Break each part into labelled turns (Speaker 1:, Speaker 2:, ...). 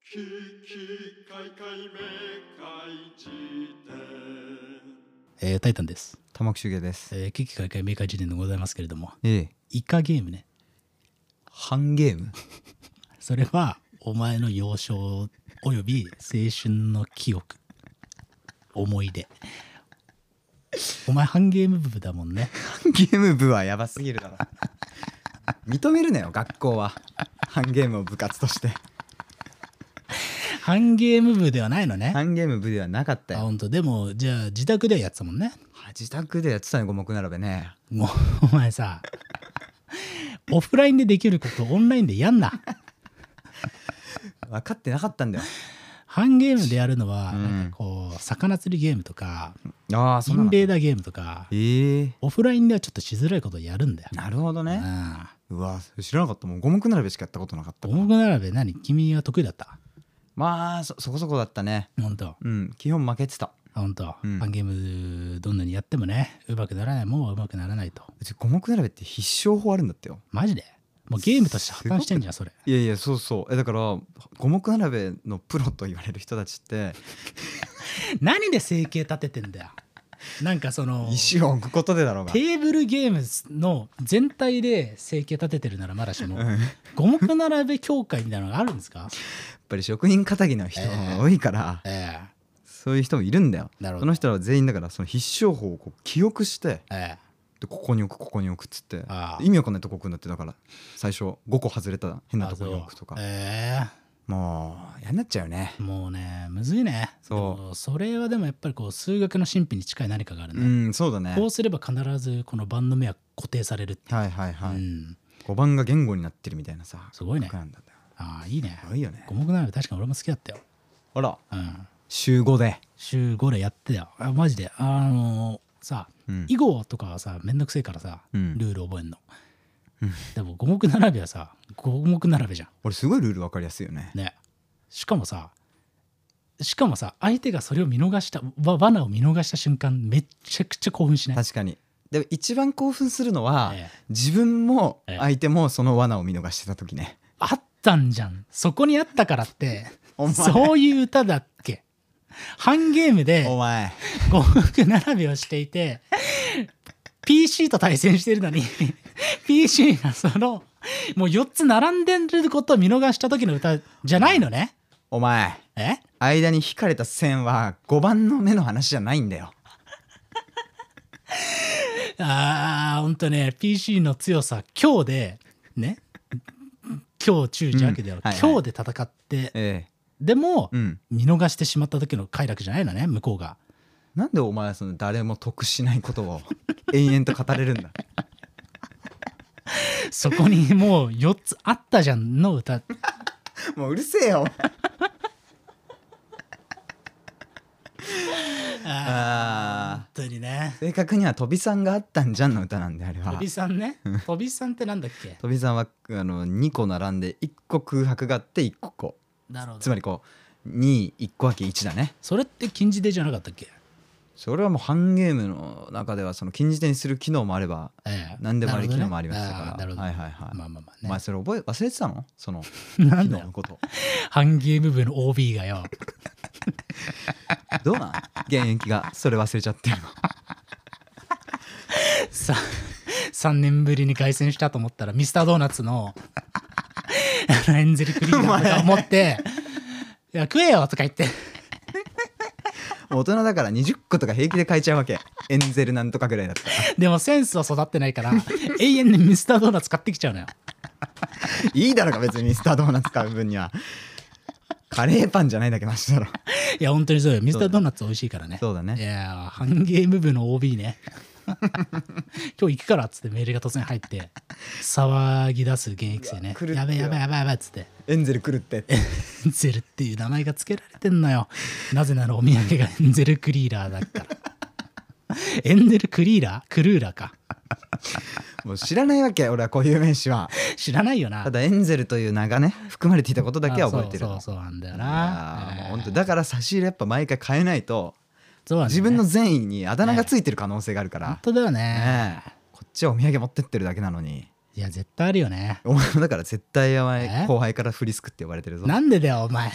Speaker 1: ききかいかいめかいじ
Speaker 2: えータイタンです。
Speaker 3: 玉木修介です。
Speaker 2: えー、危機開会明快時点でございますけれども、
Speaker 3: ええ。
Speaker 2: イカゲームね。
Speaker 3: ハンゲーム
Speaker 2: それは、お前の幼少および青春の記憶、思い出。お前、ハンゲーム部だもんね。
Speaker 3: ハンゲーム部はやばすぎるだろ。 認めるなよ、学校は。ハンゲームを部活として。
Speaker 2: ハンゲーム部ではないのね。
Speaker 3: ハンゲーム部ではなかった
Speaker 2: あ、
Speaker 3: よ。
Speaker 2: ほんと。でも、じゃあ、自宅ではやってたもんね。
Speaker 3: 自宅でやってたね、五目並べね。
Speaker 2: もう、お前さ、オフラインでできることオンラインでやんな。
Speaker 3: 分かってなかったんだよ。
Speaker 2: ハンゲームでやるのは、
Speaker 3: うん
Speaker 2: なんかこう、魚釣りゲームとか、
Speaker 3: ああ、
Speaker 2: イ
Speaker 3: そん
Speaker 2: ン
Speaker 3: なの。
Speaker 2: ベーダーゲームとか、
Speaker 3: ええ
Speaker 2: オフラインではちょっとしづらいことをやるんだよ。
Speaker 3: なるほどね。
Speaker 2: う
Speaker 3: うわ、知らなかった。もう五目並べしかやったことなかった
Speaker 2: ん。
Speaker 3: から
Speaker 2: 重く並べ何君は得意だった
Speaker 3: まあそ、そこそこだったね。
Speaker 2: 本当
Speaker 3: うん、基本負けてた。
Speaker 2: 本当、
Speaker 3: うん
Speaker 2: ハンゲームどんなにやってもね、うまくならないもんはうまくならないと。
Speaker 3: うち五目並べって必勝法あるんだってよ。
Speaker 2: マジでもうゲームとして破綻してんじゃん、それ。
Speaker 3: いやいやそうそうえだから五目並べのプロと言われる人たちって
Speaker 2: 何で生計立ててんだよ。なんかその、
Speaker 3: 石を置くことでだろうが
Speaker 2: テーブルゲームの全体で生計立ててるならまだしも、
Speaker 3: うんやっ
Speaker 2: 五目並べ協会みたいなのがあるんですか
Speaker 3: ぱり職人仇の人が多いから、
Speaker 2: え
Speaker 3: そういう人もいるんだよ
Speaker 2: えなるほど
Speaker 3: その。人らは全員だからその必勝法をこう記憶して
Speaker 2: ええ
Speaker 3: でここに置くここに置くっつって
Speaker 2: ああ
Speaker 3: 意味わかんないとこ置くんだってだから最初5個外れた変なとこに置くとか
Speaker 2: あそうええ
Speaker 3: もう嫌になっちゃうよね
Speaker 2: もうねむずいね
Speaker 3: そう
Speaker 2: でもそれはでもやっぱりこう数学の神秘に近い何かがある
Speaker 3: う
Speaker 2: ね、
Speaker 3: んそうだね
Speaker 2: こうすれば必ずこの盤の目は固定されるっていう、
Speaker 3: はいはいは
Speaker 2: う
Speaker 3: い、
Speaker 2: ん、
Speaker 3: 五番が言語になってるみたいなさ
Speaker 2: すごいね
Speaker 3: 感覚なんだよ
Speaker 2: ああいいね
Speaker 3: すごいよね
Speaker 2: 五目並べ確かに俺も好きだったよ、
Speaker 3: あら
Speaker 2: うん、
Speaker 3: 週5で、
Speaker 2: 週5でやってたよあマジであのーさ
Speaker 3: うん
Speaker 2: 囲碁とかはさめんどくせえからさ、
Speaker 3: うん
Speaker 2: ルール覚えんの、
Speaker 3: うん
Speaker 2: でも五目並べはさ五目並べじゃん
Speaker 3: 俺すごいルール分かりやすいよね
Speaker 2: ねしかもさしかもさ相手がそれを見逃したわ罠を見逃した瞬間めっちゃくちゃ興奮しない
Speaker 3: 確かにでも一番興奮するのは、
Speaker 2: ええ
Speaker 3: 自分も
Speaker 2: ええ
Speaker 3: 相手もその罠を見逃してた時ね、
Speaker 2: あったんじゃん。そこにあったからって、
Speaker 3: お前
Speaker 2: そういう歌だっけハンゲームで
Speaker 3: お前
Speaker 2: 五目並びをしていて、PC と対戦してるのに、PC がその、もう4つ並んでることを見逃した時の歌じゃないのね。
Speaker 3: お前
Speaker 2: え
Speaker 3: 間に引かれた線は5番の目の話じゃないんだよ
Speaker 2: あー、ほんとね、PC の強さ、今日で、ね、今日中止明けでは、
Speaker 3: うんはいはい
Speaker 2: 今日で戦って、
Speaker 3: え
Speaker 2: でも
Speaker 3: え、うん
Speaker 2: 見逃してしまった時の快楽じゃないのね、向こうが。
Speaker 3: なんでお前はその誰も得しないことを延々と語れるんだ
Speaker 2: そこにもう4つあったじゃんの歌
Speaker 3: もううるせえよ あ
Speaker 2: 本当にね
Speaker 3: ー正確には「飛びさんがあったんじゃん」の歌なんであれは
Speaker 2: 飛びさんね飛びさんってなんだっけ
Speaker 3: 飛びさんはあの2個並んで1個空白があって1個
Speaker 2: なるほ
Speaker 3: つ
Speaker 2: ど
Speaker 3: まりこう21個分け1だね
Speaker 2: それって禁じ手じゃなかったっけ
Speaker 3: それはもうハンゲームの中ではその禁じ手にする機能もあれば
Speaker 2: ええ
Speaker 3: 何でもあり
Speaker 2: な
Speaker 3: 機
Speaker 2: る
Speaker 3: 能
Speaker 2: ほどね
Speaker 3: もありました
Speaker 2: あー
Speaker 3: か
Speaker 2: なるほ
Speaker 3: ら
Speaker 2: ど
Speaker 3: はいはいはい、
Speaker 2: まあまあま
Speaker 3: お
Speaker 2: あ
Speaker 3: 前
Speaker 2: ね
Speaker 3: それ覚え忘れてたのその
Speaker 2: な
Speaker 3: 機
Speaker 2: んだ
Speaker 3: 能の
Speaker 2: よ
Speaker 3: こと
Speaker 2: ハンゲーム部の OB が よ
Speaker 3: どうなん現役がそれ忘れちゃってるの
Speaker 2: さ3年ぶりに凱旋したと思ったらミスタードーナツのあのエンゼルクリーナーとか思 って「いや食えよ」とか言って
Speaker 3: 大人だから20個とか平気で買えちゃうわけエンゼルなんとかぐらいだったら
Speaker 2: でもセンスは育ってないから永遠にミスタードーナツ買ってきちゃうのよ
Speaker 3: いいだろうが別にミスタードーナツ買う分にはカレーパンじゃないだけマシだろ
Speaker 2: いや本当にそうよミスタードーナツ美味しいからね
Speaker 3: そうだ
Speaker 2: い
Speaker 3: ね
Speaker 2: やーハンゲーム部の OB ね 今日行くからっつってメールが突然入って騒ぎ出す現役生ね
Speaker 3: うわ狂ってよ
Speaker 2: やべえやべえやべえやべえっつって
Speaker 3: エンゼル来るって
Speaker 2: エンゼルっていう名前が付けられてんのよなぜならお土産がエンゼルクリーラーだから エンゼルクリーラークルーラーか
Speaker 3: もう知らないわけ俺はこういう名詞は
Speaker 2: 知らないよな
Speaker 3: ただエンゼルという名がね含まれていたことだけは覚えてる
Speaker 2: あそうそうそうなんだよ
Speaker 3: あ
Speaker 2: なえ
Speaker 3: ーも
Speaker 2: ー
Speaker 3: う本当だから差し入れやっぱ毎回変えないと
Speaker 2: そうなんだよね
Speaker 3: 自分の善意にあだ名がついてる可能性があるか
Speaker 2: 本
Speaker 3: ら、
Speaker 2: 当だよね
Speaker 3: ねえこっちはお土産持ってってるだけなのに
Speaker 2: いや絶対あるよね
Speaker 3: お前もだから絶対やば
Speaker 2: え
Speaker 3: い後輩からフリスクって呼ばれてるぞ
Speaker 2: なんでだよお前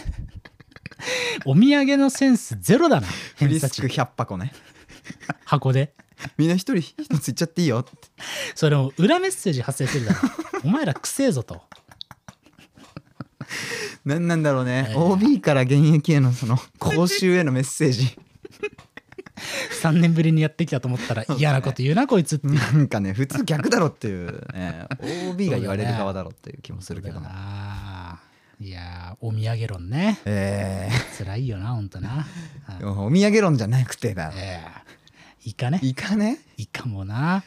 Speaker 2: お土産のセンスゼロだな
Speaker 3: フ
Speaker 2: 偏
Speaker 3: リ
Speaker 2: 差
Speaker 3: スク
Speaker 2: 値
Speaker 3: 100箱ね
Speaker 2: 箱で
Speaker 3: みんな一人一ついっちゃっていいよって
Speaker 2: それも裏メッセージ発生する だろお前らくせえぞと
Speaker 3: 何なんだろうね、
Speaker 2: ええ
Speaker 3: OB から現役へのその 講習へのメッセージ
Speaker 2: 3年ぶりにやってきたと思ったら嫌なこと言うなこいつって
Speaker 3: なんかね普通逆だろっていう、ね、OB が言われる側だろっていう気もするけど
Speaker 2: な
Speaker 3: な、
Speaker 2: あいやーお土産論ね
Speaker 3: え
Speaker 2: 辛いよなほんと な、
Speaker 3: えお土産論じゃなくてだろ
Speaker 2: ええイカね
Speaker 3: イカね
Speaker 2: イカもな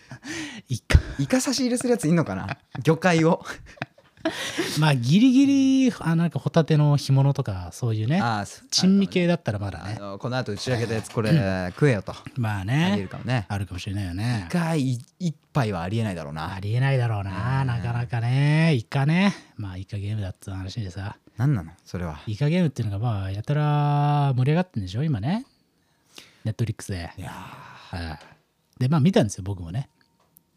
Speaker 2: イカ
Speaker 3: イカ差し入れするやついんのかな魚介を
Speaker 2: まあギリギリあなんかホタテの干物とかそういうね
Speaker 3: ああそう
Speaker 2: 珍味系だったらまだ
Speaker 3: あ
Speaker 2: ね
Speaker 3: のこの後打ち上げたやつこれ食えよと
Speaker 2: まあ
Speaker 3: ありえ
Speaker 2: ね
Speaker 3: るかもね
Speaker 2: あるかもしれないよね
Speaker 3: イカい一杯はありえないだろうな
Speaker 2: ありえないだろうななかなかねイカねまあイカゲームだって話でさ
Speaker 3: 何なのそれは
Speaker 2: イカゲームっていうのがまあやたら盛り上がってんでしょ今ねネットリックスで
Speaker 3: いや
Speaker 2: はいでまあ見たんですよ僕もね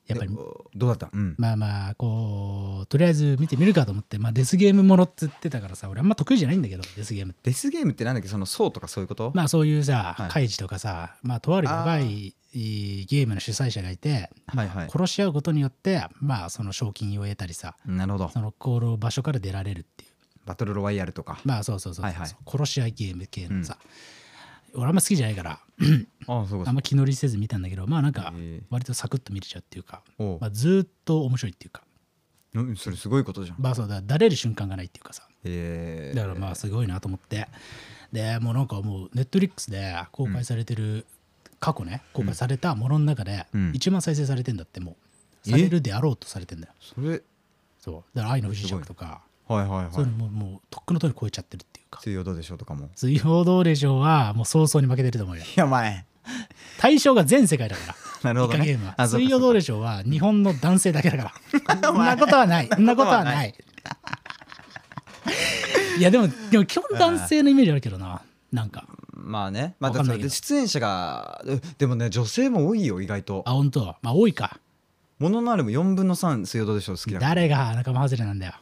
Speaker 2: や
Speaker 3: ー
Speaker 2: っぱり
Speaker 3: でもどうだったうん
Speaker 2: まあまあこうとりあえず見てみるかと思って、まあ、デスゲームものって言ってたからさ俺あんま得意じゃないんだけどデスゲームって
Speaker 3: デスゲームってなんだっけその層とかそういうこと、
Speaker 2: まあそういうさ、
Speaker 3: はい
Speaker 2: 開示とかさまあとあるやばいいいゲームの主催者がいて
Speaker 3: はいはい
Speaker 2: 殺し合うことによってまあその賞金を得たりさ
Speaker 3: なるほど
Speaker 2: その航路場所から出られるっていう
Speaker 3: バトルロワイヤルとか
Speaker 2: まあそうそうそうそう、
Speaker 3: はいはい
Speaker 2: 殺し合いゲーム系のさ、俺あんま好きじゃないから
Speaker 3: ああそうか
Speaker 2: あんま気乗りせず見たんだけどまあなんか
Speaker 3: へえ
Speaker 2: 割とサクッと見れちゃうっていうか、
Speaker 3: おう
Speaker 2: まあ、ずーっと面白いっていうか
Speaker 3: うんそれすごいことじゃん
Speaker 2: まあそうだだれる瞬間がないっていうかさ
Speaker 3: ええ
Speaker 2: だからまあすごいなと思ってでもうなんかもうネットリックスで公開されてる、過去ね公開されたものの中で
Speaker 3: うん
Speaker 2: 一番再生されてんだってもう
Speaker 3: え
Speaker 2: されるであろうとされてんだよ
Speaker 3: それ
Speaker 2: そうだから愛の不時着とか
Speaker 3: はいはい
Speaker 2: そう
Speaker 3: は
Speaker 2: いう
Speaker 3: い
Speaker 2: のももうとっくの通り超えちゃってるっていうか
Speaker 3: 水曜どうでしょうとかも
Speaker 2: 水曜どうでしょうはもう早々に負けてると思うよ
Speaker 3: いや前
Speaker 2: 対象が全世界だから
Speaker 3: なるほど
Speaker 2: イカゲ
Speaker 3: ね
Speaker 2: ームは
Speaker 3: あそうか
Speaker 2: 水曜どうでしょうは日本の男性だけだから そんなことはないそんなことはないいやでもでも基本男性のイメージあるけどななんか
Speaker 3: まあねまあ
Speaker 2: わ
Speaker 3: だ
Speaker 2: かん
Speaker 3: か
Speaker 2: ないけ
Speaker 3: ら
Speaker 2: ど
Speaker 3: 出演者がえでもね女性も多いよ意外と
Speaker 2: あ本当まあ多いか
Speaker 3: もののあれも4分の3水曜どうでしょう好きだか
Speaker 2: 誰が仲間外れなんだよ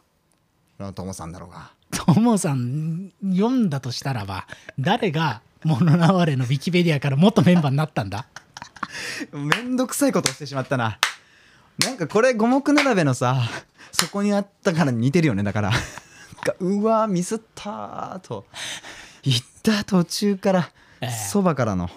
Speaker 3: らトモさんだろうが
Speaker 2: ともさん読んだとしたらば誰が物のわれのウィキペディアから元メンバーになったんだ
Speaker 3: めんどくさいことをしてしまったななんかこれ五目並べのさそこにあったから似てるよねだからがうわミスったーと言った途中から
Speaker 2: ええ
Speaker 3: そば、からの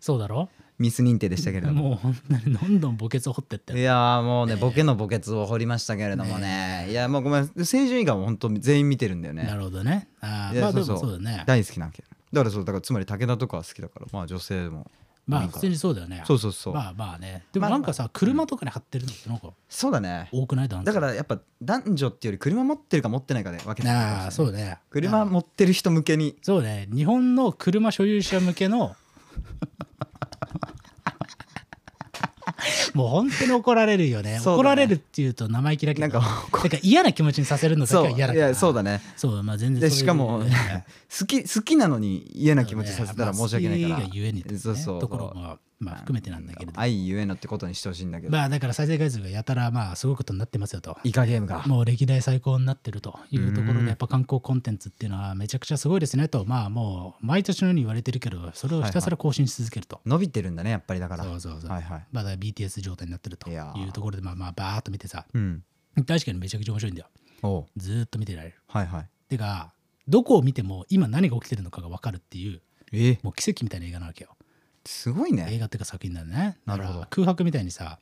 Speaker 2: そうだろ
Speaker 3: ミス認定でしたけれども
Speaker 2: もうほんなにどんどん墓穴を掘ってって
Speaker 3: いやーもうねボケの墓穴を掘りましたけれどもねいやもうごめん青春以外も本当全員見てるんだよ
Speaker 2: な
Speaker 3: ね
Speaker 2: るほどねあー
Speaker 3: いや
Speaker 2: まあで
Speaker 3: そう
Speaker 2: も
Speaker 3: そう
Speaker 2: そうだね
Speaker 3: 大好きなわけだからそうだからつまり武田とかは好きだからまあ女性も
Speaker 2: ま
Speaker 3: な
Speaker 2: あ
Speaker 3: んか
Speaker 2: 普通にそうだよね
Speaker 3: そうそうそう、
Speaker 2: まあまあねでもなんかさ車とかに貼ってるのってなんか
Speaker 3: そうだね
Speaker 2: 多くないだ
Speaker 3: だからやっぱ男女っていうより車持ってるか持ってないかで分けてる
Speaker 2: ああそうね
Speaker 3: 車持ってる人向けに
Speaker 2: そうね日本の車所有者向けの もう本当に怒られるよね
Speaker 3: そうだね
Speaker 2: 怒られるっていうと生意気だけど
Speaker 3: なんか こう
Speaker 2: なんか嫌な気持ちにさせるのだけ
Speaker 3: そ
Speaker 2: は
Speaker 3: うい
Speaker 2: 嫌だから
Speaker 3: やそうだね
Speaker 2: そうまあ全然
Speaker 3: で
Speaker 2: そういう
Speaker 3: しかも
Speaker 2: ね
Speaker 3: 好き好きなのに嫌な気持ちさせたら申し訳ないから、
Speaker 2: まあ好きがゆえにってね
Speaker 3: そうそう
Speaker 2: ところもまあ含めてなんだけれど
Speaker 3: 愛ゆえのってことにしてほしいんだけど、
Speaker 2: まあだから再生回数がやたらまあすごいことになってますよと
Speaker 3: イカゲームが
Speaker 2: もう歴代最高になってるというところ
Speaker 3: うん
Speaker 2: でやっぱ観光コンテンツっていうのはめちゃくちゃすごいですねとまあもう毎年のように言われてるけどそれをひたすら更新し続けると、
Speaker 3: 伸びてるんだねやっぱりだから
Speaker 2: そうそうそう、
Speaker 3: はいはい
Speaker 2: まあだから BTS 状態になってると
Speaker 3: い
Speaker 2: い
Speaker 3: やー
Speaker 2: うところでまあまあバーっと見てさ
Speaker 3: うん
Speaker 2: 確かにめちゃくちゃ面白いんだよ
Speaker 3: おう
Speaker 2: ずーっと見てられる
Speaker 3: はいはい
Speaker 2: てかどこを見ても今何が起きてるのかが分かるっていう
Speaker 3: えー
Speaker 2: もう奇跡みたいな映画なわけよ
Speaker 3: すごいね
Speaker 2: 映画っていうか作品だよねだから
Speaker 3: なるほど
Speaker 2: 空白みたいにさ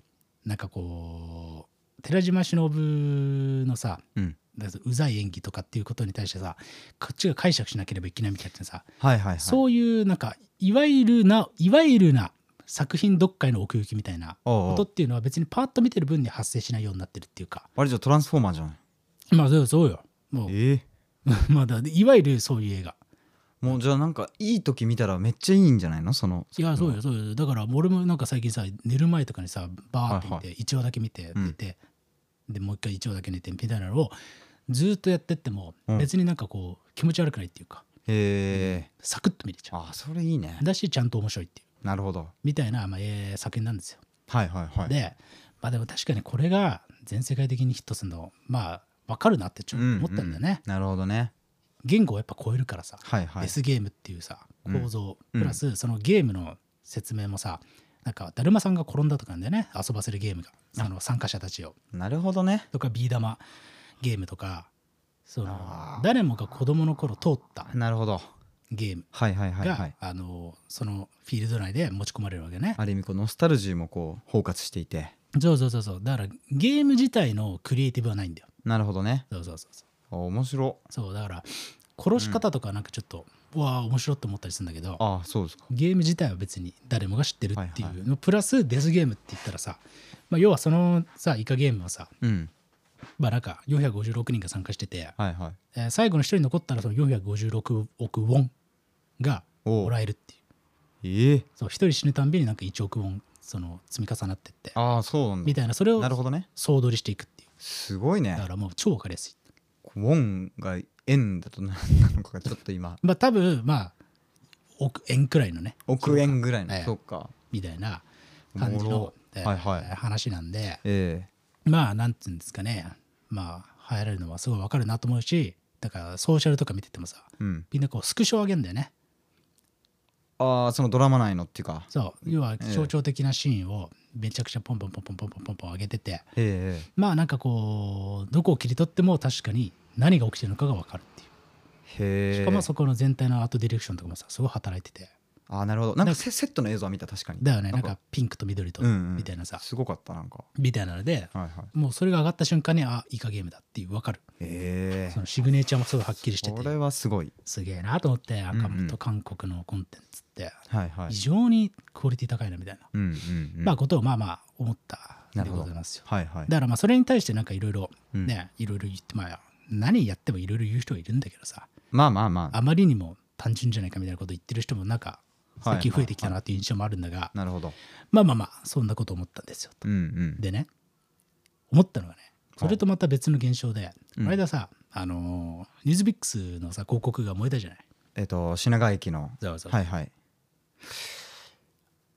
Speaker 2: なんかこう寺島しのぶのさ
Speaker 3: うん
Speaker 2: だからうざい演技とかっていうことに対してさこっちが解釈しなければいけないみたいなさ、
Speaker 3: はいはいはい
Speaker 2: そういうなんかいわゆるないわゆるな作品読解の奥行きみたいな
Speaker 3: お
Speaker 2: こ
Speaker 3: うお
Speaker 2: と
Speaker 3: う
Speaker 2: っていうのは別にパーッと見てる分には発生しないようになってるっていうか
Speaker 3: あれじゃあトランスフォーマーじゃない
Speaker 2: まあそうそうよもう
Speaker 3: えー
Speaker 2: まあだいわゆるそういう映画
Speaker 3: もうじゃあなんかいい時見たらめっちゃいいんじゃないのその
Speaker 2: いやそうよそうよだから俺もなんか最近さ寝る前とかにさバーって見
Speaker 3: はい
Speaker 2: て1話だけ見て
Speaker 3: うん
Speaker 2: 寝て、でもう一回1話だけ寝てみたいなのをずーっとやってっても
Speaker 3: うん
Speaker 2: 別になんかこう気持ち悪くないっていうか
Speaker 3: え
Speaker 2: サクッと見れち
Speaker 3: ー、
Speaker 2: ゃ
Speaker 3: あそれいいね
Speaker 2: うだしちゃんと面白いっていう
Speaker 3: なるほど
Speaker 2: みたいな、まあえー作品なんですよ
Speaker 3: はいはいはい
Speaker 2: でまあでも確かにこれが全世界的にヒットするのまあわかるなってちょっと思ったんだよね、
Speaker 3: なるほどね
Speaker 2: 言語をやっぱ超えるからさ、
Speaker 3: はいはい
Speaker 2: S ゲームっていうさ
Speaker 3: うん
Speaker 2: 構造、
Speaker 3: うん
Speaker 2: プラスそのゲームの説明もさなんかだるまさんが転んだとかなんだよね遊ばせるゲームがその参加者たちを
Speaker 3: なるほどね
Speaker 2: とかビー玉ゲームとかそ
Speaker 3: あ
Speaker 2: の
Speaker 3: ー
Speaker 2: 誰もが子供の頃通った
Speaker 3: なるほど
Speaker 2: ゲーム
Speaker 3: はいはいはい
Speaker 2: が、
Speaker 3: はい
Speaker 2: あのそのフィールド内で持ち込まれるわけね。
Speaker 3: ある意味こうノスタルジーもこう包括していて
Speaker 2: そうそうそうそうだからゲーム自体のクリエイティブはないんだよ。
Speaker 3: なるほどね
Speaker 2: そうそうそうそう
Speaker 3: あ面白
Speaker 2: そうだから殺し方とかなんかちょっと、うわあ面白いって思ったりするんだけど
Speaker 3: ああそうですか
Speaker 2: ゲーム自体は別に誰もが知ってるっていうの、
Speaker 3: はい
Speaker 2: プラスデスゲームって言ったらさ、まあ、要はそのさイカゲームはさ、
Speaker 3: うん
Speaker 2: まあ、なんか456人が参加してて、
Speaker 3: はいはい
Speaker 2: えー最後の一人残ったらその456億ウォンが
Speaker 3: お
Speaker 2: も
Speaker 3: う
Speaker 2: らえるっていう
Speaker 3: ええ
Speaker 2: そう一人死ぬたんびになんか1億ウォンその積み重なってって
Speaker 3: ああそうなん
Speaker 2: み
Speaker 3: だ
Speaker 2: たいなそれを
Speaker 3: なるほどね
Speaker 2: 総取りしていくっていう
Speaker 3: すごい
Speaker 2: だか
Speaker 3: ね
Speaker 2: らもう超わかりやすい
Speaker 3: ウォンが円だと何なのかがちょっ と今
Speaker 2: まあ多分まあ億円くらいのね
Speaker 3: 億円ぐらい
Speaker 2: え
Speaker 3: の
Speaker 2: え
Speaker 3: そうか
Speaker 2: みたいな感じ
Speaker 3: お
Speaker 2: の
Speaker 3: もろ、
Speaker 2: えー
Speaker 3: はいはい
Speaker 2: 話なんで
Speaker 3: え
Speaker 2: まあなんていうんですかねまあ流行られるのはすごいわかるなと思うしだからソーシャルとか見ててもさ
Speaker 3: えうん
Speaker 2: みんなこうスクショを上げるんだよね
Speaker 3: ああそのドラマ内のっていうか
Speaker 2: そう要は
Speaker 3: ええ
Speaker 2: 象徴的なシーンをめちゃくちゃポンポンポンポンポンポンポンポン上げてて
Speaker 3: ええ
Speaker 2: まあなんかこうどこを切り取っても確かに何が起きてるのかが分かるってい
Speaker 3: へ
Speaker 2: う
Speaker 3: え
Speaker 2: しかもそこの全体のアートディレクションとかもさすごい働いてて
Speaker 3: ああなるほどなんかセセットの映像は見た確かに
Speaker 2: だよねなんかピンクと緑と
Speaker 3: うんうん
Speaker 2: みたいなさ
Speaker 3: すごかったなんか
Speaker 2: みたいなので
Speaker 3: はいはい
Speaker 2: もうそれが上がった瞬間にあイカゲームだっていう分かる
Speaker 3: え
Speaker 2: そのシグネチャーもすごいはっきりして
Speaker 3: え
Speaker 2: て
Speaker 3: これはすごい
Speaker 2: すげえなと思って
Speaker 3: んうん
Speaker 2: 赤本と韓国のコンテンツって
Speaker 3: はいはい
Speaker 2: 非常にクオリティ高いなみたいな、
Speaker 3: うんうんうん
Speaker 2: まあことをまあまあ思った
Speaker 3: な
Speaker 2: で
Speaker 3: る
Speaker 2: ご
Speaker 3: ほど
Speaker 2: ざいますよ
Speaker 3: はいはい
Speaker 2: だからまあそれに対してなんかいろいろ
Speaker 3: うん
Speaker 2: ねいろいろ言ってまあ何やってもいろいろ言う人はいるんだけどさ
Speaker 3: まあまあまあ
Speaker 2: あまりにも単純じゃないかみたいなこと言ってる人もなんか
Speaker 3: はい
Speaker 2: 最近増えてきたなっていう印象もあるんだが
Speaker 3: なるほど
Speaker 2: まあまあまあそんなこと思ったんですよ
Speaker 3: うんうん
Speaker 2: でね思ったのがねそれとまた別の現象でこの間さあのーニュースビックスのさ広告が燃えたじゃない
Speaker 3: えっと品川駅の
Speaker 2: そうそう
Speaker 3: はいはい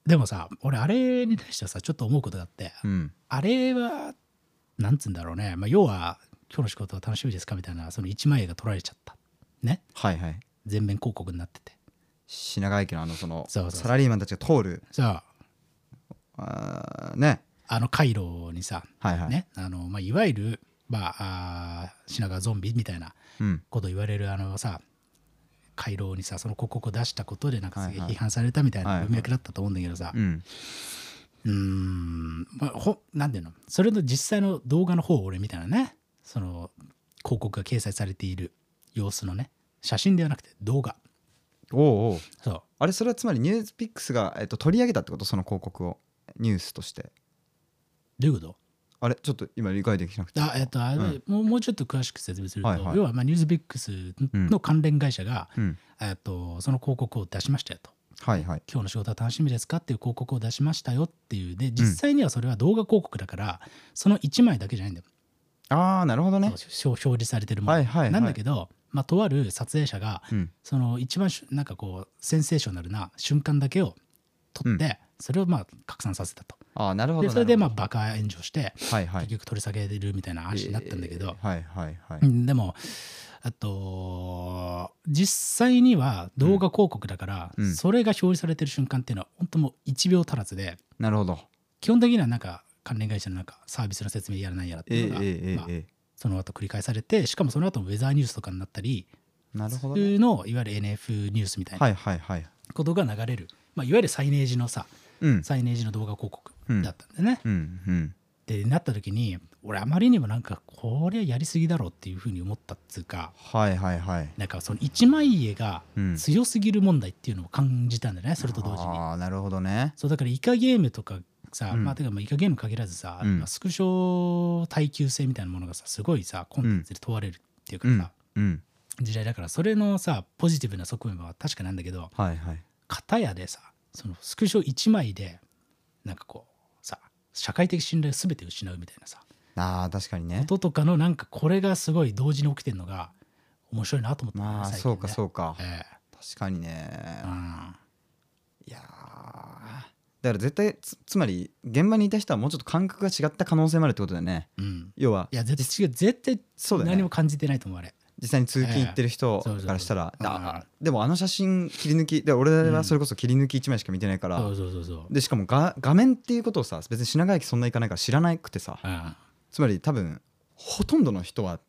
Speaker 2: でもさ俺あれに対してはさちょっと思うことがあって、
Speaker 3: うん
Speaker 2: あれはなんつうんだろうね、まあ、要は今日の仕事は楽しみですかみたいなその1万円が取られちゃったね
Speaker 3: はいはい
Speaker 2: 全面広告になってて
Speaker 3: 品川駅のあのその
Speaker 2: そうそうそう
Speaker 3: サラリーマンたちが通る
Speaker 2: さあ
Speaker 3: あーね
Speaker 2: あの回路にさ、
Speaker 3: はいはい
Speaker 2: ねあのまあ、いわゆる、まあ、あー品川ゾンビみたいな
Speaker 3: うん
Speaker 2: こと言われるあのさ回路にさその広告を出したことでなんかすげえ
Speaker 3: はいはい
Speaker 2: 批判されたみたい
Speaker 3: はい
Speaker 2: な
Speaker 3: はい
Speaker 2: 文脈だったと思うんだけどさ、
Speaker 3: うん
Speaker 2: うーん、まあ、ほなんていうのそれの実際の動画の方を俺みたいなねその広告が掲載されている様子のね写真ではなくて動画
Speaker 3: おうおう
Speaker 2: そう
Speaker 3: あれそれはつまりニュースピックスが、えっと、取り上げたってことその広告をニュースとして
Speaker 2: どういうこと
Speaker 3: あれちょっと今理解できなくて
Speaker 2: あえっとあれ
Speaker 3: うん
Speaker 2: もうもうちょっと詳しく説明すると、
Speaker 3: はいはい
Speaker 2: 要はまあニュースビックスの関連会社が、
Speaker 3: うん
Speaker 2: えっとその広告を出しましたよと
Speaker 3: はいはい
Speaker 2: 今日の仕事は楽しみですかっていう広告を出しましたよっていうで実際にはそれは動画広告だから、その1枚だけじゃないんだよ
Speaker 3: ああなるほどね
Speaker 2: そう表示されてるもの、
Speaker 3: はいはいはい
Speaker 2: なんだけど、まあ、とある撮影者が、
Speaker 3: うん
Speaker 2: その一番しなんかこうセンセーショナルな瞬間だけを撮って、
Speaker 3: う
Speaker 2: それをまあ拡散させたと
Speaker 3: ああなるほど
Speaker 2: でそれでま
Speaker 3: な
Speaker 2: あ
Speaker 3: るほ
Speaker 2: バカ炎上して、
Speaker 3: どはいはい
Speaker 2: 結局取り下げるみたいな話になったんだけど、
Speaker 3: えーはいはいはい
Speaker 2: うんでもあと実際には動画広告だから、
Speaker 3: うん
Speaker 2: それが表示されてる瞬間っていうのは本当もう1秒足らずで
Speaker 3: なるほど
Speaker 2: 基本的にはなんか関連会社のなんかサービスの説明やらないやらって
Speaker 3: え
Speaker 2: い
Speaker 3: ー
Speaker 2: うのが、
Speaker 3: えーえ
Speaker 2: まあ
Speaker 3: ーえ
Speaker 2: その後繰り返されてしかもその後もウェザーニュースとかになったり
Speaker 3: ーなるほど
Speaker 2: 普
Speaker 3: ね
Speaker 2: 通のいわゆる NF ニュースみたいな
Speaker 3: はいはいはい
Speaker 2: ことが流れる、まあ、いわゆるサイネージのさ
Speaker 3: うん
Speaker 2: サイネージの動画広告
Speaker 3: うん
Speaker 2: だったんでね。
Speaker 3: うんうん
Speaker 2: でなった時に俺あまりにもなんかこれやりすぎだろうっていうふうに思ったっつうか
Speaker 3: はいはいはい
Speaker 2: なんかその一枚絵が
Speaker 3: うん
Speaker 2: 強すぎる問題っていうのを感じたんだよね、それと同時に。
Speaker 3: ああなるほどね
Speaker 2: そうだからイカゲームとかさ、
Speaker 3: うん
Speaker 2: まあてかまあイカゲーム限らずさ、
Speaker 3: うん
Speaker 2: スクショ耐久性みたいなものがさすごいさコンテンツで問われるっていうか
Speaker 3: う
Speaker 2: さ、
Speaker 3: んうん
Speaker 2: 時代だからそれのさポジティブな側面は確かなんだけど
Speaker 3: はいはい
Speaker 2: 片やでさそのスクショ1枚でなんかこうさ社会的信頼を全て失うみたいなさ
Speaker 3: ああ確かにね
Speaker 2: こととかのなんかこれがすごい同時に起きてるのが面白いなと思った
Speaker 3: まあそうかそううか
Speaker 2: え
Speaker 3: 確かにね
Speaker 2: えうん
Speaker 3: いやーだから絶対つつまり現場にいた人はもうちょっと感覚が違った可能性もあるってことだよね
Speaker 2: うん
Speaker 3: 要は
Speaker 2: いうや絶対違う絶対
Speaker 3: そうだよね
Speaker 2: 何も感じてないと思うあれ
Speaker 3: 実際に通勤行ってる人
Speaker 2: ええそうそうそう
Speaker 3: からしたら、
Speaker 2: うん
Speaker 3: あでもあの写真切り抜きで俺はそれこそ切り抜き1枚しか見てないから、
Speaker 2: そうそうそうそう
Speaker 3: でしかもが画面っていうことをさ別に品川駅そんな行かないから知らなくてさ
Speaker 2: うん
Speaker 3: つまり多分ほとんどの人は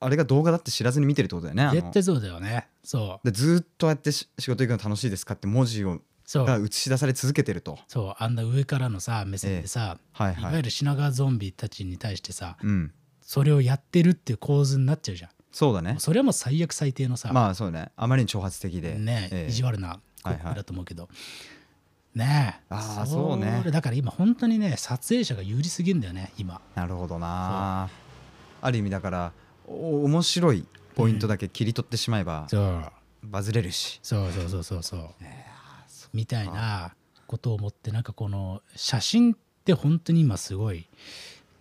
Speaker 3: あれが動画だって知らずに見てるってことだよねあの
Speaker 2: 絶対そうだよねそう
Speaker 3: でずーっとやってし仕事行くの楽しいですかって文字を
Speaker 2: そ
Speaker 3: が
Speaker 2: う
Speaker 3: 映し出され続けてると
Speaker 2: そうあんな上からのさ目線でさ、
Speaker 3: はい
Speaker 2: いわ
Speaker 3: は
Speaker 2: ゆ
Speaker 3: い
Speaker 2: る品川ゾンビたちに対してさ
Speaker 3: うん
Speaker 2: それをやってるっていう構図になっちゃうじゃん
Speaker 3: そうだね
Speaker 2: それはもう最悪最低のさ、
Speaker 3: まあそうねあまりに挑発的で
Speaker 2: ね、
Speaker 3: ええ
Speaker 2: 意地悪なコップだと思うけど、ねえ
Speaker 3: あーそうね
Speaker 2: れだから今本当にね撮影者が有利すぎるんだよね今
Speaker 3: なるほどなある意味だからお面白いポイントだけ切り取ってしまえば、
Speaker 2: そう
Speaker 3: バズれるし
Speaker 2: そうそうそうそうそうみたいなことを思ってなんかこの写真って本当に今すごい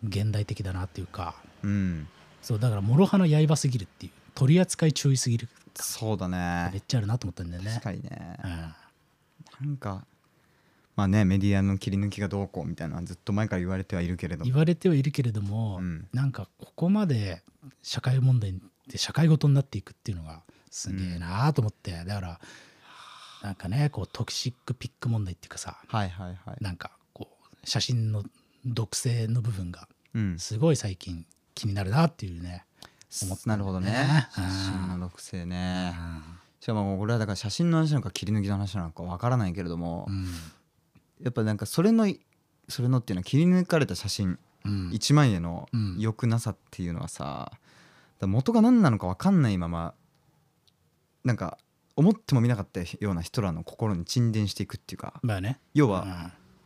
Speaker 2: 現代的だなっていうか
Speaker 3: うん
Speaker 2: そうだから諸刃の刃すぎるっていう取り扱い注意すぎる
Speaker 3: そうだ
Speaker 2: め
Speaker 3: ね
Speaker 2: っちゃあるなと思ったんだよね
Speaker 3: 確。かにね
Speaker 2: うん
Speaker 3: なんかまあねメディアの切り抜きがどうこうみたいなのはずっと前から言われてはいるけれど
Speaker 2: 言われてはいるけれども、
Speaker 3: うん
Speaker 2: なんかここまで社会問題で社会事になっていくっていうのがすげえなと思って、だからなんかねこうトキシックピック問題っていうかさ
Speaker 3: はいはいはい
Speaker 2: なんかこう写真の毒性の部分が
Speaker 3: うん
Speaker 2: すごい最近気になるなっていうね、思った
Speaker 3: なるほどね
Speaker 2: う
Speaker 3: 写
Speaker 2: ん
Speaker 3: 真の毒性
Speaker 2: う
Speaker 3: ね
Speaker 2: ん
Speaker 3: しかも俺はだから写真の話なのか切り抜きの話なのかわからないけれども、
Speaker 2: うん
Speaker 3: やっぱなんかそれのそれのっていうのは切り抜かれた写真
Speaker 2: うん
Speaker 3: 1枚への
Speaker 2: うん
Speaker 3: 良くなさっていうのはさだから元が何なのか分かんないままなんか思ってもみなかったような人らの心に沈殿していくっていうか
Speaker 2: まあね、
Speaker 3: 要は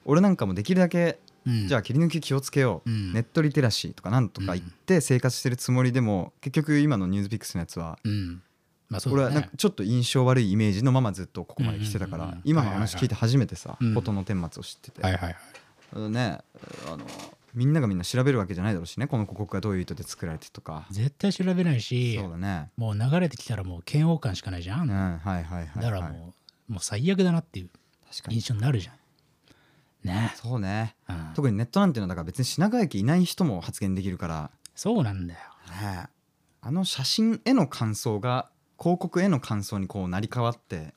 Speaker 3: 俺なんかもできるだけ
Speaker 2: うん、
Speaker 3: じゃあ
Speaker 2: あ、
Speaker 3: 切り抜き気をつけよう
Speaker 2: うん
Speaker 3: ネットリテラシーとかなんとか言って生活してるつもりでも結局今の「ニュースピックスのやつは
Speaker 2: うん、まあそう
Speaker 3: 俺
Speaker 2: だ
Speaker 3: は
Speaker 2: ね
Speaker 3: なんかちょっと印象悪いイメージのままずっとここまで来てたか
Speaker 2: うんうん
Speaker 3: ら
Speaker 2: うん
Speaker 3: 今の話聞いて初めてさ
Speaker 2: うん
Speaker 3: 音の顛末を知ってて
Speaker 2: はいはいはい、
Speaker 3: ねあのみんながみんな調べるわけじゃないだろうしねこの広告がどういう意図で作られてとか
Speaker 2: 絶対調べないし
Speaker 3: そうだね
Speaker 2: もう流れてきたらもう嫌悪感しかないじゃん、
Speaker 3: うんはいはいはい、はい、
Speaker 2: だからもう,、もう最悪だなっていう
Speaker 3: 確かに
Speaker 2: 印象になるじゃん。ね
Speaker 3: そうね
Speaker 2: え、うん
Speaker 3: 特にネットなんていうのはだから別に品川駅いない人も発言できるから、
Speaker 2: そうなんだよ。
Speaker 3: ねえ、あの写真への感想が広告への感想にこう成り代わって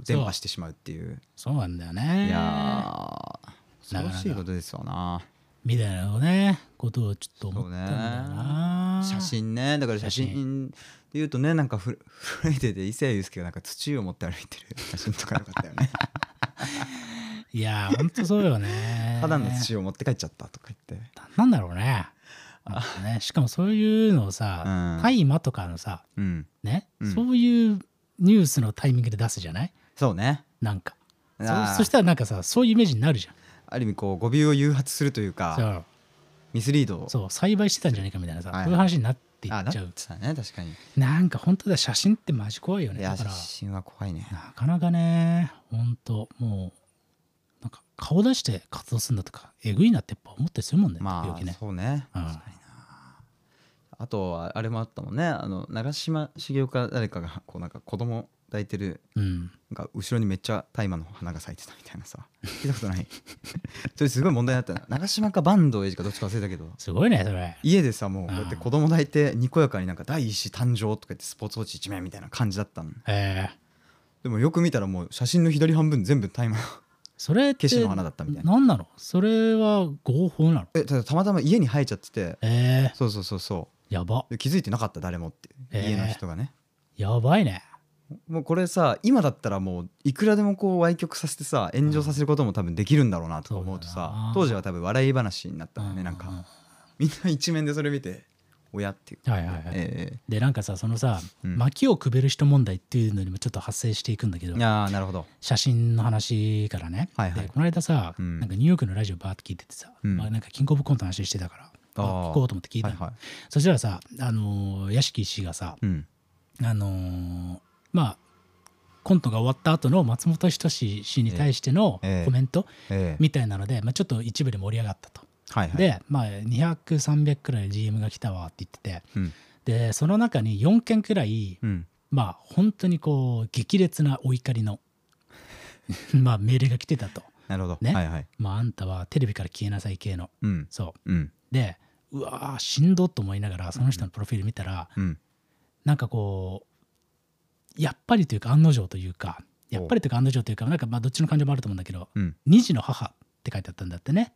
Speaker 3: 伝播してしまうっていう
Speaker 2: そうなんだよね。
Speaker 3: いやー
Speaker 2: なかなか
Speaker 3: 恐ろしいことですよな
Speaker 2: みたいなのねことをちょっと思ったんだよな。
Speaker 3: 写真ねだから写
Speaker 2: 写
Speaker 3: 真でいうとねなんかフフレイデーで伊勢谷友介がなんか土を持って歩いてる写真とかよかったよ ね
Speaker 2: いやーほんとそうよ ね。
Speaker 3: ただの土を持って帰っちゃったとか言って
Speaker 2: なんだろうね。ねしかもそういうのをさ
Speaker 3: うん
Speaker 2: 大麻、とかのさ
Speaker 3: うん
Speaker 2: ね、
Speaker 3: うん
Speaker 2: そういうニュースのタイミングで出すじゃない
Speaker 3: そうね
Speaker 2: なんかそ
Speaker 3: あー
Speaker 2: そしたらなんかさそういうイメージになるじゃん。
Speaker 3: ある意味こう語尾を誘発するという
Speaker 2: そ
Speaker 3: か
Speaker 2: う
Speaker 3: ミスリードを
Speaker 2: そう栽培してたんじゃないかみたいなさ、
Speaker 3: はいはい
Speaker 2: そういう話になってい
Speaker 3: あ
Speaker 2: っ
Speaker 3: なっ
Speaker 2: ち
Speaker 3: て
Speaker 2: ゃう
Speaker 3: たね確かに
Speaker 2: なんか本当だ写真ってマジ怖いよね
Speaker 3: い
Speaker 2: だ
Speaker 3: や
Speaker 2: か
Speaker 3: 写
Speaker 2: ら
Speaker 3: 真は怖いね
Speaker 2: なかなかね本当もうなんか顔出して活動するんだとかえぐいなってやっぱ思ったりするもんね時
Speaker 3: ま
Speaker 2: 々
Speaker 3: あ
Speaker 2: ね
Speaker 3: そうね
Speaker 2: うん
Speaker 3: あとはあれもあったもんねあの長嶋茂雄か誰かがこうなんか子供抱いてる
Speaker 2: うん
Speaker 3: なんか後ろにめっちゃ大麻の花が咲いてたみたいなさ聞いたことない それすごい問題だったな長嶋か坂東栄治かどっちか忘れたけど
Speaker 2: すごいねそれ
Speaker 3: 家でさもうこ
Speaker 2: あー
Speaker 3: うやって子供抱いてにこやかになんか第一子誕生とか言ってスポーツ報知一面みたいな感じだったの
Speaker 2: えー
Speaker 3: でもよく見たらもう写真の左半分全部大麻
Speaker 2: それって
Speaker 3: ケシの花だったみたいな
Speaker 2: 何なのそれは合法なの
Speaker 3: えただたまたま家に生えちゃってて
Speaker 2: え
Speaker 3: そうそうそうそ
Speaker 2: ー、やば
Speaker 3: うで気づいてなかった誰もって
Speaker 2: えー
Speaker 3: 家の人がね、
Speaker 2: やばいね
Speaker 3: もうこれさ今だったらもういくらでもこう歪曲させてさ炎上させることも多分できるんだろうなとか思うと
Speaker 2: そうだ
Speaker 3: さ
Speaker 2: な
Speaker 3: 当時は多分笑い話になったのねなん
Speaker 2: う
Speaker 3: かみんな一面でそれ見て親っていうか、
Speaker 2: はいはいはい、
Speaker 3: ええ
Speaker 2: でなんかさそのさ、
Speaker 3: うん
Speaker 2: 薪をくべる人問題っていうのにもちょっと発生していくんだけど
Speaker 3: ああなるほど
Speaker 2: 写真の話からね、
Speaker 3: はいはい
Speaker 2: でこの間さ、
Speaker 3: うん
Speaker 2: なんかニューヨークのラジオバーって聞いててさ、
Speaker 3: うん
Speaker 2: まあ、なんかキングオブコントの話してたから
Speaker 3: あー
Speaker 2: あ聞こうと思って聞いた
Speaker 3: はい
Speaker 2: の、
Speaker 3: はい
Speaker 2: そしたらさ、あのー屋敷氏がさ、
Speaker 3: うん
Speaker 2: あのーまあコントが終わった後の松本人志氏に対しての
Speaker 3: ええええ
Speaker 2: コメント
Speaker 3: ええ
Speaker 2: みたいなので、まあ、ちょっと一部で盛り上がったと。
Speaker 3: はいはい、
Speaker 2: で、まあ、200300くらい GM が来たわって言って
Speaker 3: うん
Speaker 2: てでその中に4件くらい
Speaker 3: うん、
Speaker 2: まあ本当にこう激烈なお怒りの まあ命令が来てたと。
Speaker 3: なるほど、
Speaker 2: ね
Speaker 3: はいはい
Speaker 2: まあ、あんたはテレビから消えなさい系の
Speaker 3: うん
Speaker 2: そ
Speaker 3: うん
Speaker 2: うでうわーしんどっと思いながらその人のプロフィール見たら、
Speaker 3: うん
Speaker 2: なんかこうやっぱりというか案の定というかやっぱりというか案の定というかなんかまあどっちの感情もあると思うんだけど
Speaker 3: うん
Speaker 2: 「二児の母」って書いてあったんだってね。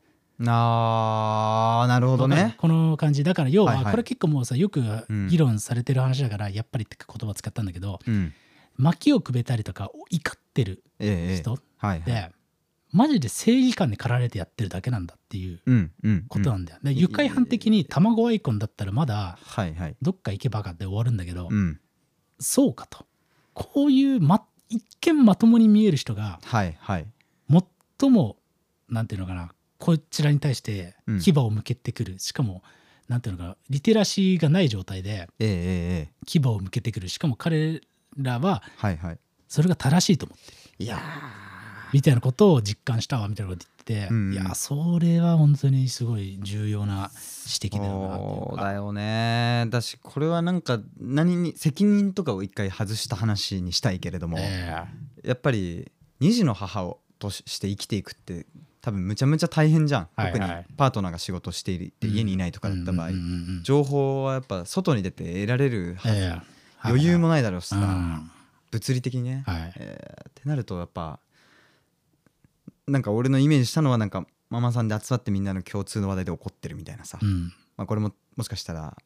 Speaker 3: あーなるほど
Speaker 2: わかる
Speaker 3: ね
Speaker 2: この感じだから要
Speaker 3: はい
Speaker 2: は
Speaker 3: はい
Speaker 2: これ結構もうさよく
Speaker 3: うん
Speaker 2: 議論されてる話だから「やっぱり」って言葉使ったんだけど
Speaker 3: うん
Speaker 2: 薪をくべたりとか怒ってる
Speaker 3: ええええ
Speaker 2: 人っ
Speaker 3: はいはい
Speaker 2: てマジで正義感に駆られてやってるだけなんだっていう
Speaker 3: うんうん
Speaker 2: ことなんだよ。で愉快犯的に卵アイコンだったらまだ
Speaker 3: はいはい
Speaker 2: どっか行けばかで終わるんだけど、
Speaker 3: うん
Speaker 2: そうかとこういう、ま、一見まともに見える人が
Speaker 3: はいはい
Speaker 2: 最もなんていうのかなこちらに対して
Speaker 3: うん
Speaker 2: 牙を向けてくる、しかもなんていうのかなリテラシーがない状態で
Speaker 3: ええええええ
Speaker 2: 牙を向けてくるしかも彼らは
Speaker 3: はいはい
Speaker 2: それが正しいと思ってる
Speaker 3: いや
Speaker 2: みたいなことを実感したわみたいなこと言ってて、
Speaker 3: うん
Speaker 2: いやそれは本当にすごい重要な指摘だよなっていう
Speaker 3: そう
Speaker 2: か
Speaker 3: だよねだしこれはなんか何に責任とかを一回外した話にしたいけれども、
Speaker 2: え
Speaker 3: やっぱり二児の母をとしして生きていくって多分むちゃむちゃ大変じゃん、
Speaker 2: はいはい
Speaker 3: 特にパートナーが仕事していて
Speaker 2: うん
Speaker 3: 家にいないと
Speaker 2: え
Speaker 3: かだった場合、
Speaker 2: うんうんうんうん
Speaker 3: 情報はやっぱ外に出て得られるはず、
Speaker 2: ええ
Speaker 3: 余裕もないだろうしさ、
Speaker 2: はいうん
Speaker 3: 物理的にね、
Speaker 2: はい
Speaker 3: えーってなるとやっぱなんか俺のイメージしたのはなんかママさんで集まってみんなの共通の話題で怒ってるみたいなさ、
Speaker 2: うん
Speaker 3: まあ、これももしかしたら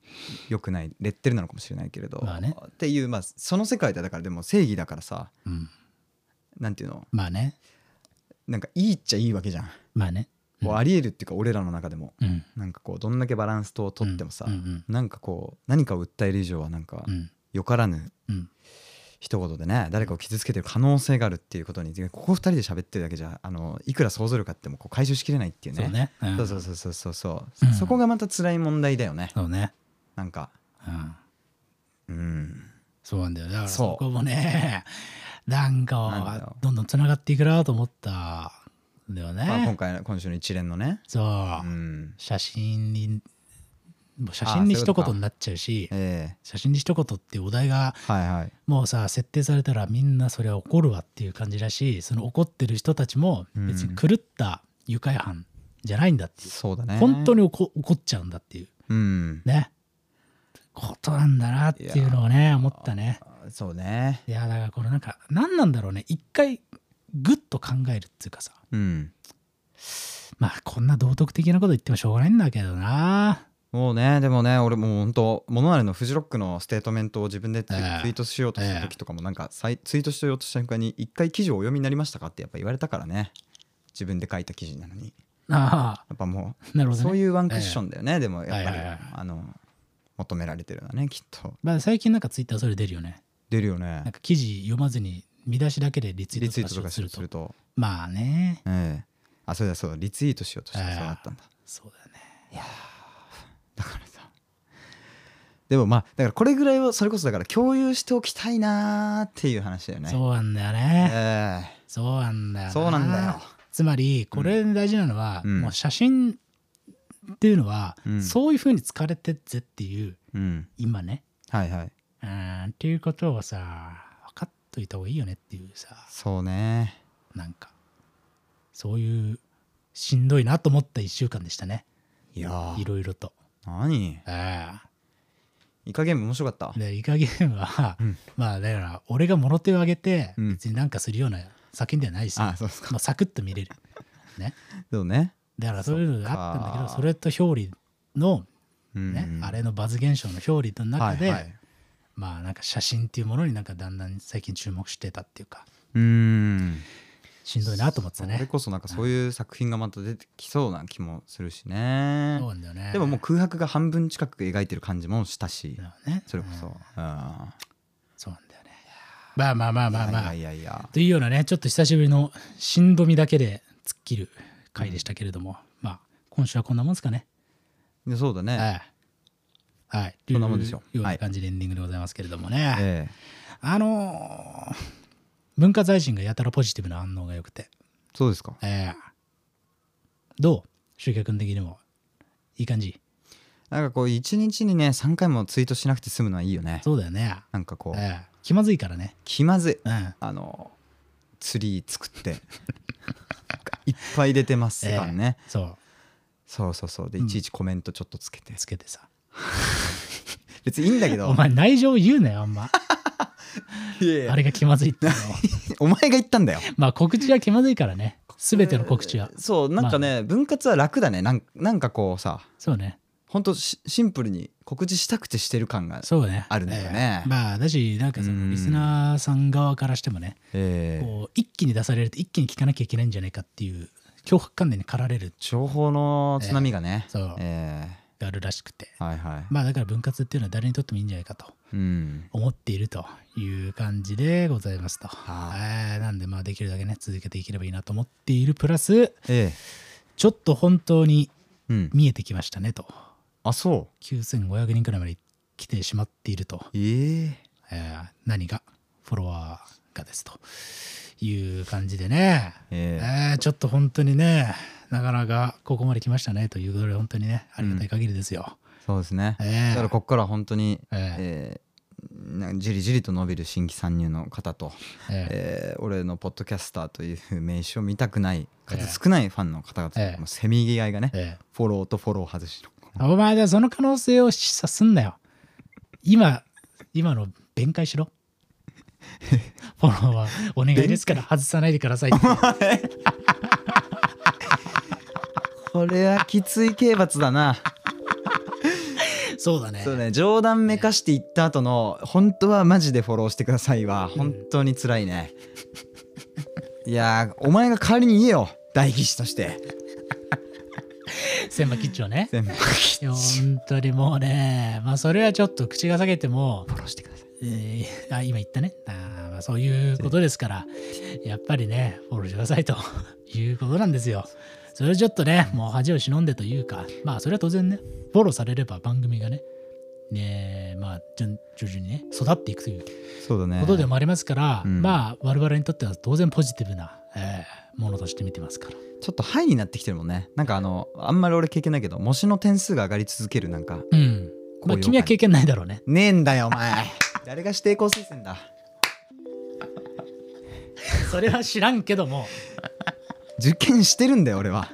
Speaker 3: 良くないレッテルなのかもしれないけれど、
Speaker 2: まあね
Speaker 3: っていう、まあ、その世界でだからでも正義だからさ
Speaker 2: うん
Speaker 3: なんていうの
Speaker 2: まあね
Speaker 3: なんかいいっちゃいいわけじゃん、
Speaker 2: まあねうん
Speaker 3: こうありえるっていうか俺らの中でも
Speaker 2: うん
Speaker 3: なんかこうどんだけバランスととってもさ、
Speaker 2: うんうん
Speaker 3: なんかこう何かを訴える以上はなんか
Speaker 2: うん
Speaker 3: よからぬ
Speaker 2: うん
Speaker 3: 一言でね誰かを傷つけてる可能性があるっていうことにここ二人で喋ってるだけじゃあのいくら想像力あってもこう回収しきれないっていうね
Speaker 2: そうねうん
Speaker 3: そうそうそうそうそうそううんそこがまた辛い問題だよね
Speaker 2: そうね
Speaker 3: なんか
Speaker 2: うん
Speaker 3: うん
Speaker 2: そうなんだよだから
Speaker 3: そう
Speaker 2: そこもねなん
Speaker 3: なんだよ
Speaker 2: かどんどんつながっていくなと思ったんだよ
Speaker 3: まあ、今
Speaker 2: ね
Speaker 3: 回の今週の一連のね、、
Speaker 2: そううん写真にもう写真に
Speaker 3: あーそういう
Speaker 2: 一
Speaker 3: ことか
Speaker 2: 言になっちゃうし
Speaker 3: ええ
Speaker 2: 写真に一言っていうお題が
Speaker 3: はいはい、
Speaker 2: もうさ設定されたらみんなそれは怒るわっていう感じだしその怒ってる人たちも別に狂った愉快犯じゃないんだっていう、
Speaker 3: そうだね
Speaker 2: 本当に怒怒っちゃうんだっていう
Speaker 3: うん
Speaker 2: ねことなんだなっていうのをね思ったね
Speaker 3: そうね
Speaker 2: いやだからこのなんか何なんだろうね一回グッと考えるっていうかさ
Speaker 3: うん
Speaker 2: まあこんな道徳的なこと言ってもしょうがないんだけどな
Speaker 3: もうねでもね俺もう本当モノアレのフジロックのステートメントを自分でツイ,、
Speaker 2: ええ
Speaker 3: ートしようとした時とかもなんかさいツイートしようとした瞬間に一回記事をお読みになりましたかってやっぱ言われたからね自分で書いた記事なのに
Speaker 2: あ
Speaker 3: やっぱも
Speaker 2: あなる
Speaker 3: う
Speaker 2: ほどね
Speaker 3: そういうワンクッションだよね、でもやっぱり、
Speaker 2: はいはいはい
Speaker 3: あの求められてるのはねきっと
Speaker 2: まあ、最近なんかツイッターそれ出るよね
Speaker 3: 出るよ
Speaker 2: なん
Speaker 3: ね
Speaker 2: か記事読まずに見出しだけでリツイ
Speaker 3: リツイ
Speaker 2: ー
Speaker 3: ー
Speaker 2: ト
Speaker 3: ト
Speaker 2: と
Speaker 3: と
Speaker 2: か
Speaker 3: か
Speaker 2: す
Speaker 3: す
Speaker 2: る
Speaker 3: る
Speaker 2: と
Speaker 3: と
Speaker 2: まあね
Speaker 3: ええあそうだそうだリツイートしようとしたらそうなったんだ
Speaker 2: そうだね
Speaker 3: だからさでもまあだからこれぐらいはそれこそだから共有しておきたいなーっていう話だよね
Speaker 2: そうなんだよ
Speaker 3: え
Speaker 2: ね
Speaker 3: え
Speaker 2: そうなんだよ
Speaker 3: そうなんだよ
Speaker 2: つまりこれ大事なのは、
Speaker 3: うん
Speaker 2: もう写真っていうのは、
Speaker 3: うん
Speaker 2: そういうふうに疲れてっぜっていう
Speaker 3: うん
Speaker 2: 今ね
Speaker 3: はいはい
Speaker 2: うんっていうことをさ分かっといた方がいいよねっていうさ
Speaker 3: そうね
Speaker 2: なんかそういうしんどいなと思った1週間でしたね
Speaker 3: いやー
Speaker 2: いろいろと
Speaker 3: 何
Speaker 2: あ
Speaker 3: イカゲーム面白かった
Speaker 2: あでイカゲームは、
Speaker 3: うん
Speaker 2: まあだから俺が物手を挙げて
Speaker 3: うん
Speaker 2: 別になんかするような作品ではないですよ、
Speaker 3: あそ うですか
Speaker 2: まあ、サクッと見れるね
Speaker 3: そうね
Speaker 2: だからそういうのがあったんだけど
Speaker 3: そっか
Speaker 2: それと表裏の
Speaker 3: うん
Speaker 2: ね、あれのバズ現象の表裏の中で、
Speaker 3: はいはい、
Speaker 2: まあなんか写真っていうものになんかだんだん最近注目してたっていうか
Speaker 3: うーん
Speaker 2: しんどいなと思ってた
Speaker 3: それ
Speaker 2: ね
Speaker 3: こそなんかそういう作品がまた出てきそうな気もするし
Speaker 2: そ
Speaker 3: ね
Speaker 2: うなんだよね
Speaker 3: でももう空白が半分近く描いてる感じもしたし
Speaker 2: だからね
Speaker 3: それこそ、
Speaker 2: う
Speaker 3: うんん、ま
Speaker 2: そうなんだよねまあまあまあまあまあ、
Speaker 3: いやいやいや
Speaker 2: というようなねちょっと久しぶりのしんどみだけで突っ切る回でしたけれども、まあ今週はこんなもんですかね
Speaker 3: でそうだね、
Speaker 2: はいはい
Speaker 3: そんなもんですよ
Speaker 2: というよう
Speaker 3: は
Speaker 2: ない感じでエンディングでございますけれどもね、
Speaker 3: ええ
Speaker 2: あのー文化財人がやたらポジティブな反応が良くて
Speaker 3: そうですか
Speaker 2: ええどう集客的にもいい感じ
Speaker 3: なんかこう一日にね3回もツイートしなくて済むのはいいよね
Speaker 2: そうだよね、
Speaker 3: なんかこう
Speaker 2: ええ気まずいからね
Speaker 3: 気まずい
Speaker 2: うん
Speaker 3: あのツリー作って いっぱい出てますからね、
Speaker 2: そう
Speaker 3: そうそうそうでいちいちコメントちょっとつけて、
Speaker 2: つけてさ
Speaker 3: 別にいいんだけど
Speaker 2: お前内情言うなよあん ま
Speaker 3: いやいや
Speaker 2: あれが気まずいって いうの
Speaker 3: お前が言ったんだよ
Speaker 2: まあ告知は気まずいからね全ての告知は
Speaker 3: そうなんかね、分割は楽だねなんなんかこうさ
Speaker 2: そうね
Speaker 3: ほんとしシンプルに告知したくてしてる感が
Speaker 2: そうね
Speaker 3: あるんだよ
Speaker 2: え
Speaker 3: ね
Speaker 2: えまあだしなんかそうの
Speaker 3: ん
Speaker 2: リスナーさん側からしてもね
Speaker 3: えー
Speaker 2: こう一気に出されると一気に聞かなきゃいけないんじゃないかっていう脅迫観念に駆られる
Speaker 3: 情報の津波がね、
Speaker 2: そう
Speaker 3: え
Speaker 2: があるらしくて
Speaker 3: ーはいはい、
Speaker 2: まあだから分割っていうのは誰にとってもいいんじゃないかと
Speaker 3: うん
Speaker 2: 思っているという感じでございますと。えーなんでまあできるだけね続けていければいいなと思っているプラス
Speaker 3: え
Speaker 2: ちょっと本当に
Speaker 3: ーうん
Speaker 2: 見えてきましたねと
Speaker 3: あそ
Speaker 2: 9500人くらいまで来てしまっていると、
Speaker 3: うええ
Speaker 2: えー何がフォロワーがですという感じでね、
Speaker 3: ええ
Speaker 2: えーちょっと本当にねなかなかここまで来ましたねということで本当にねありがたい限りですよ。
Speaker 3: そうですね、
Speaker 2: ええ
Speaker 3: だからここから本当に、
Speaker 2: ええ
Speaker 3: えーなんかじりじりと伸びる新規参入の方と、
Speaker 2: えー
Speaker 3: えー俺のポッドキャスターという名称を見たくない数少ないファンの方々、
Speaker 2: ええ
Speaker 3: もうせめぎ合いがね、
Speaker 2: えー
Speaker 3: フォローとフォロー外しの
Speaker 2: お前だその可能性を示唆すんなよ今今の弁解し ろフォローはお願いですから外さないでくださいって
Speaker 3: これはきつい刑罰だ な
Speaker 2: そうだね
Speaker 3: そうね冗談めかして言った後の「本当はマジでフォローしてください」は本当に辛いねいやーお前が代わりに言えよ代議士として
Speaker 2: 千葉吉兆ね
Speaker 3: 全部
Speaker 2: いや本当にもうねまあそれはちょっと口が裂けても、
Speaker 3: フォローしてください
Speaker 2: えーあ今言ったねあーまあそういうことですからやっぱりねフォローしてくださいと いうことなんですよそれちょっとねもう恥を忍んでというかまあそれは当然ねフォローされれば番組がねねえまあ順徐々にね育っていくという
Speaker 3: そうだね
Speaker 2: ことでもありますから、
Speaker 3: うん
Speaker 2: まあ我々にとっては当然ポジティブな、えーものとして見てますから
Speaker 3: ちょっとハイになってきてるもんねなんかあのあんまり俺経験ないけど模試の点数が上がり続けるなんか
Speaker 2: うんまあ
Speaker 3: 高揚感
Speaker 2: 君は経験ないだろうね
Speaker 3: ねえんだよお前誰が指定校推薦だ
Speaker 2: それは知らんけども
Speaker 3: 受験してるんだよ俺は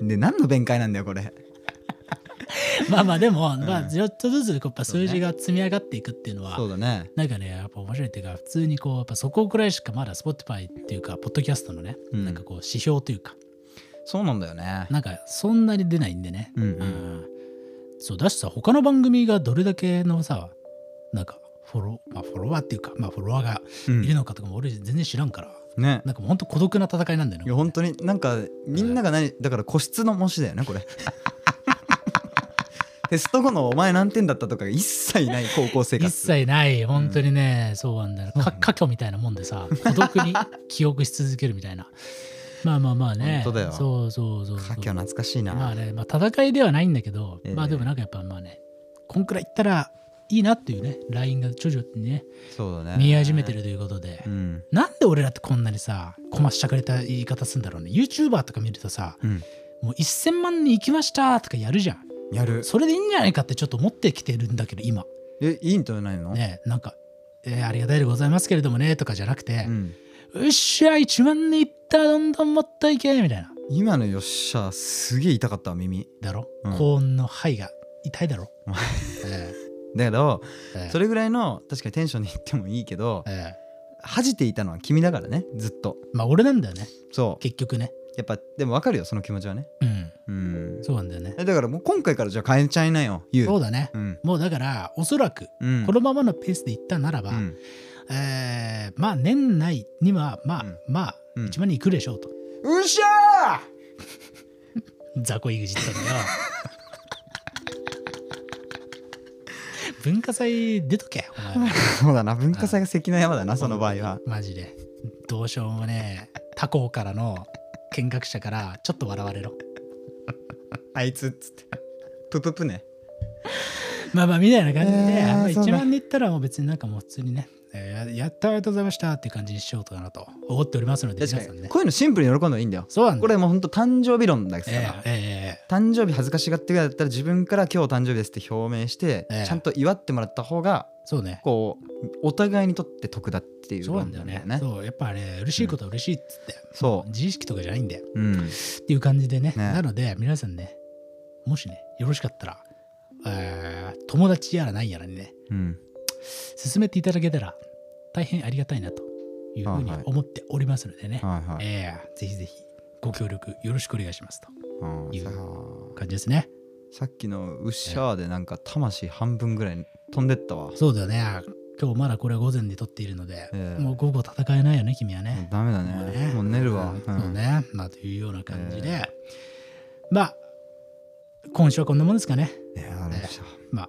Speaker 3: で何の弁解なんだよこれ
Speaker 2: まあまあでも、まあちょっとずつやっぱ数字が積み上がっていくっていうのは
Speaker 3: そうだね
Speaker 2: なんかねやっぱ面白いっていうか普通にこうやっぱそこくらいしかまだ Spotify っていうかポッドキャストのね、
Speaker 3: うん
Speaker 2: なんかこう指標というか
Speaker 3: そうなんだよね
Speaker 2: なんかそんなに出ないんでね、
Speaker 3: うんうん
Speaker 2: んそうだしさ他の番組がどれだけのさなんかフォロ,、まあ、フォロワーっていうか、まあ、フォロワーがいるのかとかも俺全然知らんから、
Speaker 3: ね
Speaker 2: なんかもうほんと孤独な戦いなんだよ
Speaker 3: い
Speaker 2: ね
Speaker 3: や本当になんかみんなが何だから個室の模試だよねこ れテスト後のお前何点だったとかが一切ない高校生活
Speaker 2: 一切ない本当にね、そうなんだよか家居みたいなもんでさ孤独に記憶し続けるみたいなまあまあまあね
Speaker 3: 本当だよ
Speaker 2: そうそうそうそう
Speaker 3: かきは懐かしいな、
Speaker 2: まあね、まあ、戦いではないんだけど、
Speaker 3: ええ
Speaker 2: まあでもなんかやっぱまあねこんくらいいったらいいなっていうねラインが徐々にね
Speaker 3: そうだね
Speaker 2: 見え始めてるということで、
Speaker 3: うん
Speaker 2: なんで俺らってこんなにさこましゃくれた言い方するんだろうね YouTuber とか見るとさ
Speaker 3: うん
Speaker 2: もう1000万人行きましたとかやるじゃん
Speaker 3: やる
Speaker 2: それでいいんじゃないかってちょっと思ってきてるんだけど今
Speaker 3: えいいんじゃないの、
Speaker 2: ねなんか、えーありがたいでございますけれどもねとかじゃなくて
Speaker 3: う、ん、
Speaker 2: うっしゃ1万人いったらどんどんもっといけみたいな
Speaker 3: 今のよっしゃすげえ痛かったわ耳
Speaker 2: だろ、
Speaker 3: うん
Speaker 2: 高音の肺が痛い だろ、
Speaker 3: お前
Speaker 2: え
Speaker 3: だけど
Speaker 2: えええ
Speaker 3: それぐらいの確かにテンションで言ってもいいけど
Speaker 2: ええ
Speaker 3: 恥じていたのは君だからねずっと
Speaker 2: まあ俺なんだよね
Speaker 3: そう
Speaker 2: 結局ね
Speaker 3: やっぱでも分かるよその気持ちはね
Speaker 2: うん
Speaker 3: うん
Speaker 2: そうなんだよね
Speaker 3: えだからもう今回からじゃあ変えちゃいなよ言
Speaker 2: そううだね
Speaker 3: うん
Speaker 2: もうだからおそらく
Speaker 3: うん
Speaker 2: このままのペースでいったならば、
Speaker 3: うん
Speaker 2: えーまあ年内にはまあ、
Speaker 3: うん
Speaker 2: まあ
Speaker 3: うん
Speaker 2: 1万人いくでしょうと
Speaker 3: うっしゃ
Speaker 2: 雑魚 EXIT だ よ文化祭出とけお前
Speaker 3: ー そうだな文化祭が関の山だなその場合は
Speaker 2: マジでどうしようもね他校からの見学者からちょっと笑われろ
Speaker 3: あいつっつってプププね
Speaker 2: まあまあみたいな感じで、
Speaker 3: えー
Speaker 2: あんま
Speaker 3: そう
Speaker 2: 1
Speaker 3: ね
Speaker 2: 万でいったらもう別になんかもう普通にね、えーややったありがとうございましたっていう感じにしようかなと思っておりますので
Speaker 3: 確
Speaker 2: 皆
Speaker 3: か
Speaker 2: さん
Speaker 3: に、
Speaker 2: ね
Speaker 3: こういうのシンプルに喜んでいいんだよ
Speaker 2: そうなんだ
Speaker 3: これもうほんと誕生日論だか
Speaker 2: え
Speaker 3: ら、
Speaker 2: ええ
Speaker 3: 誕生日恥ずかしがってくらいだったら自分から今日誕生日ですって表明して、
Speaker 2: ええ
Speaker 3: ちゃんと祝ってもらった方が
Speaker 2: えそうね
Speaker 3: こうお互いにとって得だっていう
Speaker 2: そうなんだよね
Speaker 3: 論なんだよね
Speaker 2: そうやっぱね嬉しいことは嬉しいっつって、
Speaker 3: そう
Speaker 2: 自意識とかじゃないんでっ
Speaker 3: うん
Speaker 2: ていう感じでね
Speaker 3: ね
Speaker 2: なので皆さんねもしねよろしかったらえー友達やらないやらにね
Speaker 3: うん
Speaker 2: 進めていただけたら大変ありがたいなというふうに
Speaker 3: はいはい
Speaker 2: 思っておりますのでね、
Speaker 3: はいはい、
Speaker 2: えーぜひぜひご協力よろしくお願いしますと
Speaker 3: あ
Speaker 2: い
Speaker 3: ー
Speaker 2: う
Speaker 3: さ
Speaker 2: 感じですね
Speaker 3: さっきのウッシャーでなんか魂半分ぐらい飛んでったわ
Speaker 2: そうだよね今日まだこれ午前で撮っているので、
Speaker 3: ええ
Speaker 2: もう午後戦えないよね君はね、
Speaker 3: ダメだ
Speaker 2: もう
Speaker 3: ねもう寝る
Speaker 2: う
Speaker 3: わ、
Speaker 2: ん
Speaker 3: うん
Speaker 2: そうねまあというような感じで、まあ今週はこんなもんですかね
Speaker 3: いやーあれでした
Speaker 2: まあ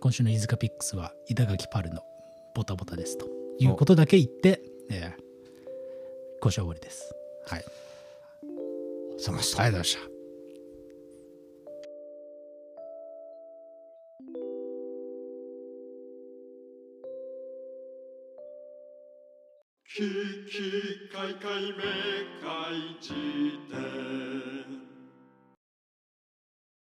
Speaker 2: 今週の飯塚ピックスは板垣パルのボタボタですということだけ言って、えー、今週は終わりですはい
Speaker 3: 冷ました
Speaker 2: ありがとうございました
Speaker 1: ききかいかいめかいじ典